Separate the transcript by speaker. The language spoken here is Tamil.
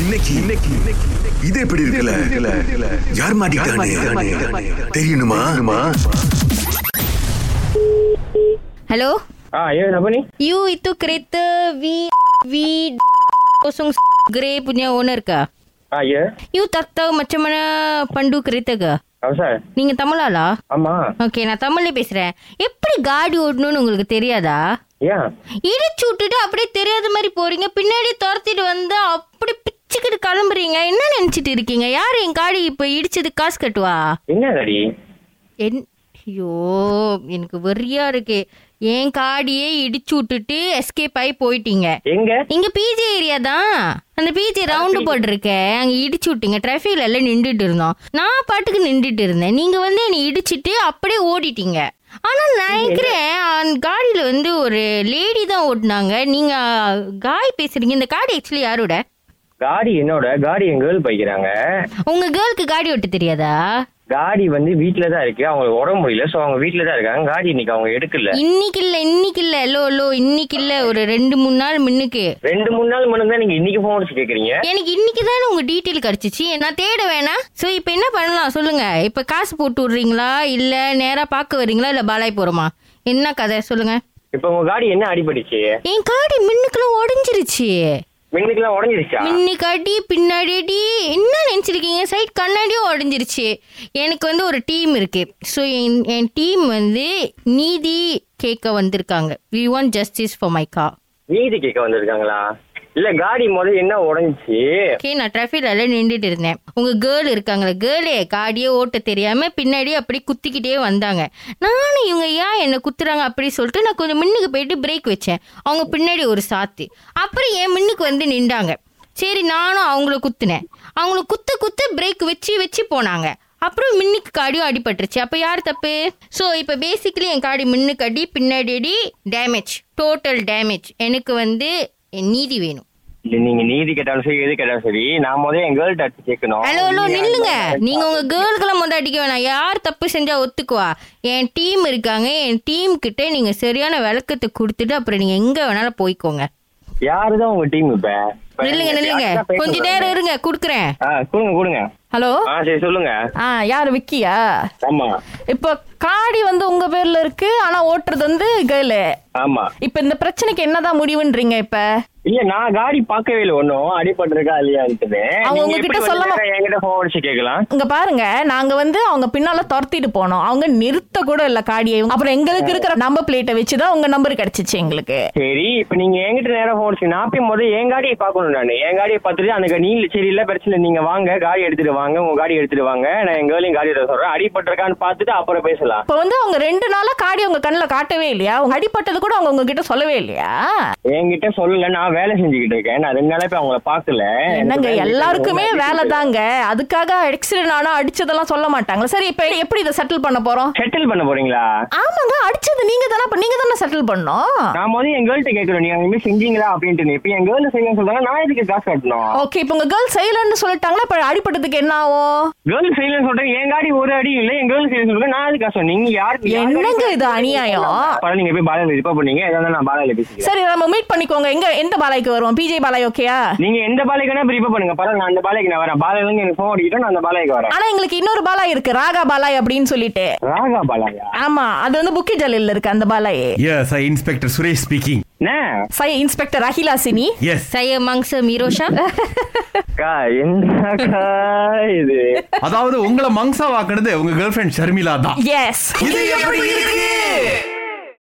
Speaker 1: இன்னைக்கு இன்னைக்கு இன்னைக்கு- இது எப்படி இருக்குல்ல யார் மாட்டிக்கிட்டானே தெரியணுமா
Speaker 2: ಹಲೋ
Speaker 3: ಹಾ ಏನು ಬನ್ನಿ
Speaker 2: you itu kereta V V 0 Grey punya owner ke?
Speaker 3: ಹಾ ಏ
Speaker 2: You tak tahu macam mana pandu kereta ke?
Speaker 3: ಹೌದು ಸರ್
Speaker 2: நீங்க தமிழாளா
Speaker 3: ಅಮ್ಮ
Speaker 2: ஓகே நான் தமிழ்ல பேசுறேன் எப்படி காடி ஓட்டணும்னு உங்களுக்கு தெரியாதா
Speaker 3: ಯಾ
Speaker 2: இடிச்சு விட்டுட்டு அப்படியே தெரியாத மாதிரி போறீங்க பின்னாடி துரத்திட்டு வந்து அப்படி பிச்சுக்கிட்டு கிளம்புறீங்க என்ன நினைச்சிட்டு இருக்கீங்க யார் என் காடி இப்ப இடிச்சது காசு கட்டுவா
Speaker 3: ಇನ್ನೇ ಅಡಿ
Speaker 2: என் ஐயோ எனக்கு வெறியா இருக்கு என் காடியே இடிச்சு விட்டுட்டு எஸ்கேப் ஆகி போயிட்டீங்க
Speaker 3: ಹೆಂಗೆ
Speaker 2: இங்க பிஜே ஏரியா தான் அந்த பிஜே ரவுண்டு போட்டிருக்கே அங்க இடிச்சு விட்டீங்க டிராஃபிக்ல எல்லாம் நின்றுட்டு இருந்தோம் நான் பாட்டுக்கு நின்றுட்டு இருந்தேன் நீங்க வந்து என்னை இடிச்சிட்டு அப்படியே ஓடிட்டீங்க ஆனா நான் நினைக்கிறேன் அந்த காடியில வந்து ஒரு லேடி தான் ஓட்டுனாங்க நீங்க காய் பேசுறீங்க இந்த காடி ஆக்சுவலி யாரோட
Speaker 3: காடி என்னோட காடி என் கேர்ள் பைக்கிறாங்க
Speaker 2: உங்க கேர்ளுக்கு காடி ஓட்ட தெரியாதா
Speaker 3: காடி வந்து வீட்டில தான் இருக்கு அவங்களுக்கு உடம்பு முடியல சோ அவங்க வீட்டில தான் இருக்காங்க காடி இன்னைக்கு அவங்க எடுக்கல
Speaker 2: இன்னைக்கு இல்ல இன்னைக்கு இல்ல லோ லோ இன்னைக்கு இல்ல ஒரு ரெண்டு மூணு நாள் முன்னுக்கு
Speaker 3: ரெண்டு மூணு நாள் முன்னாடி தான் நீங்க இன்னைக்கு போன் அடிச்சு கேக்குறீங்க
Speaker 2: எனக்கு இன்னைக்கு தானே உங்க டீட்டெயில் கிடைச்சிச்சு நான் தேட வேணாம் ஸோ இப்போ என்ன பண்ணலாம் சொல்லுங்க இப்போ காசு போட்டு விடுறீங்களா இல்லை நேராக பார்க்க வரீங்களா இல்லை பாலாய் போகிறோமா என்ன கதை சொல்லுங்க
Speaker 3: இப்ப உங்க காடி என்ன அடிபட்டுச்சு
Speaker 2: என் காடி மின்னுக்குலாம் உடஞ்சிருச்சு
Speaker 3: மின்னுக்கெல்லாம் உடஞ்சிருச்சா
Speaker 2: மின்னுக்கு அடி பின்னாடி அடி என்ன நினச்சிருக்கீங்க சைட் கண்ணாடியும் உடஞ்சிருச்சு எனக்கு வந்து ஒரு டீம் இருக்கு ஸோ என் என் டீம் வந்து நீதி கேட்க வந்திருக்காங்க we want justice for my கா
Speaker 3: நீதி கேட்க வந்திருக்காங்களா இல்ல காடி முதல்ல என்ன உடஞ்சிச்சு
Speaker 2: ஓகே நான் டிராஃபிக்ல நின்றுட்டு இருந்தேன் உங்க கேர்ள் இருக்காங்களே கேர்ளே காடியே ஓட்ட தெரியாம பின்னாடி அப்படி குத்திக்கிட்டே வந்தாங்க நானும் இவங்க ஏன் என்ன குத்துறாங்க அப்படி சொல்லிட்டு நான் கொஞ்சம் மின்னுக்கு போயிட்டு பிரேக் வச்சேன் அவங்க பின்னாடி ஒரு சாத்து அப்புறம் என் மின்னுக்கு வந்து நின்றாங்க சரி நானும் அவங்கள குத்துனேன் அவங்கள குத்த குத்த பிரேக் வச்சு வச்சு போனாங்க அப்புறம் மின்னுக்கு காடியும் அடிபட்டுருச்சு அப்போ யார் தப்பு ஸோ இப்போ பேசிக்கலி என் காடி மின்னுக்கு அடி பின்னாடி அடி டேமேஜ் டோட்டல் டேமேஜ் எனக்கு வந்து நீதி வேணும்
Speaker 3: இல்ல நீங்க நீதி கேட்டாலும் சரி எது கேட்டாலும் சரி நான் முதல்ல என் கேர்ள் அடிச்சு கேட்கணும்
Speaker 2: ஹலோ ஹலோ நில்லுங்க நீங்க உங்க கேர்ள்களை மொதல் அடிக்க வேணாம் யார் தப்பு செஞ்சா ஒத்துக்குவா என் டீம் இருக்காங்க என் டீம் கிட்ட நீங்க சரியான விளக்கத்தை கொடுத்துட்டு அப்புறம் நீங்க எங்க வேணாலும் போய்க்கோங்க
Speaker 3: யாருதான் உங்க டீம் இப்ப இப்ப
Speaker 2: நில்லுங்க நில்லுங்க
Speaker 3: யார்கிட்ட பேச
Speaker 2: கொஞ்ச
Speaker 3: சொல்றீங்க?
Speaker 2: நேரம் இருங்க குடுக்குறேன்
Speaker 3: ஆ கொடுங்க கொடுங்க
Speaker 4: ஹலோ
Speaker 3: ஆ சரி சொல்லுங்க
Speaker 4: ஆ யார் விக்கியா
Speaker 3: ஆமா
Speaker 4: இப்போ காடி வந்து உங்க பேர்ல இருக்கு ஆனா ஓட்டுறது வந்து கேர்ளு
Speaker 3: ஆமா
Speaker 4: இப்போ இந்த பிரச்சனைக்கு என்னதான் முடிவுன்றீங்க இப்ப
Speaker 3: இல்ல நான் காடி பார்க்கவே இல்லை ஒன்னும் அடிபட்டிருக்கா இல்லையா இருக்குது
Speaker 4: அவங்க உங்ககிட்ட சொல்லாம-
Speaker 3: என்கிட்ட போன் அடிச்சு கேட்கலாம்
Speaker 4: இங்க பாருங்க நாங்க வந்து அவங்க பின்னால துரத்திட்டு போனோம் அவங்க நிறுத்த கூட இல்ல காடியை அப்புறம் எங்களுக்கு இருக்கிற நம்பர் பிளேட்டை வச்சுதான் உங்க நம்பர் கிடைச்சிச்சு எங்களுக்கு
Speaker 3: சரி இப்ப நீங்க என்கிட்ட நேரம் போன் அடிச்சு நான் போய் முதல்ல என் காடியை பார்க்கணும் நான் என் காடியை பார்த்துட்டு அன்னைக்கு நீ சரி இல்ல பிரச்சனை இல்லை, நீங்க வாங்க காடி எடுத்துட்டு வாங்க உங்க காடி எடுத்துட்டு வாங்க நான் எங்க வேலையும் காடி எடுத்து சொல்றேன் அடிபட்டிருக்கான்னு பார்த்துட்டு அப்புறம் பேசலாம்
Speaker 4: இப்போ வந்து அவங்க ரெண்டு நாளா காடி உங்க கண்ணுல காட்டவே இல்லையா உங்க அடிப்பட்டது கூட அவங்க உங்ககிட்ட சொல்லவே இல்லையா
Speaker 3: என்கிட்ட சொல்லல நான் வேலை செஞ்சுக்கிட்டு இருக்கேன் நான் ரெண்டு நாளா இப்ப அவங்கள பார்க்கல
Speaker 4: என்னங்க எல்லாருக்குமே வேலை தாங்க அதுக்காக ஆக்சிடென்ட் ஆனா அடிச்சதெல்லாம் சொல்ல மாட்டாங்க சரி இப்ப எப்படி இதை செட்டில் பண்ண போறோம்
Speaker 3: செட்டில் பண்ண போறீங்களா
Speaker 4: ஆமாங்க அடிச்சது நீங்க தானே அப்ப நீங்க தானே செட்டில் பண்ணோம்
Speaker 3: நான் முதல்ல என் கேர்ள்கிட்ட கேட்கிறேன் நீங்க இனிமே செஞ்சீங்களா அப்படின்ட்டு இப்ப என் கேர்ள் செய்ய சொல்றாங்க நான் எதுக்கு காசு கட்டணும்
Speaker 4: ஓகே இப்போ உங்க கேர்ள் செய்யலன்னு சொல்லிட்டாங்களா இப்ப அடிபட்டதுக்கு என்ன ஆகும்
Speaker 3: கேர்ள் சைலன்ஸ் சொல்றேன் என் காடி ஒரு அடி இல்ல என் கேர்ள் சைலன்ஸ் சொல்றேன் நான் அதுக்கா சொன்னேன் நீங்க யாருக்கு யார்
Speaker 4: என்னங்க
Speaker 3: காடி
Speaker 4: இது அநியாயம்?
Speaker 3: பரவாயில்ல, நீங்க போய் பாலாயில ரிப்போர்ட் பண்ணீங்க ஏதாவது நான் பாலாயில பேசிக்கிறேன்
Speaker 4: சரி நம்ம மீட் பண்ணிக்கோங்க எங்க எந்த பாலாய்க்கு வருவோம் பிஜே பாலாய் ஓகேயா
Speaker 3: நீங்க எந்த பாலைக்கு வேணா ரிப்போர்ட் பண்ணுங்க பரவாயில்ல நான் அந்த பாலைக்கு நான் வரேன் பாலையில இருந்து எனக்கு போன் அடிக்கிட்டோம் நான் அந்த பாலைக்கு வரேன்
Speaker 4: ஆனா எங்களுக்கு இன்னொரு பாலாய் இருக்கு ராகா பாலாய் அப்படின்னு சொல்லிட்டு
Speaker 3: ராகா பாலாயா
Speaker 4: ஆமா அது வந்து புக்கி ஜலில் இருக்கு அந்த பாலாய்
Speaker 5: Yes, I Inspector Suresh speaking.
Speaker 3: என்ன
Speaker 4: சை இன்ஸ்பெக்டர் அகிலாசினி
Speaker 5: Yes.
Speaker 2: சைய மங்ஸ் மீரோஷா
Speaker 3: அக்கா, என்னக்கா இது
Speaker 5: அதாவது உங்களை மங்ஸா வாக்குனது உங்க கேர்ள் ஃபிரண்ட் ஷர்மிளா தான்
Speaker 4: எஸ்
Speaker 5: இது எப்படி இருக்கு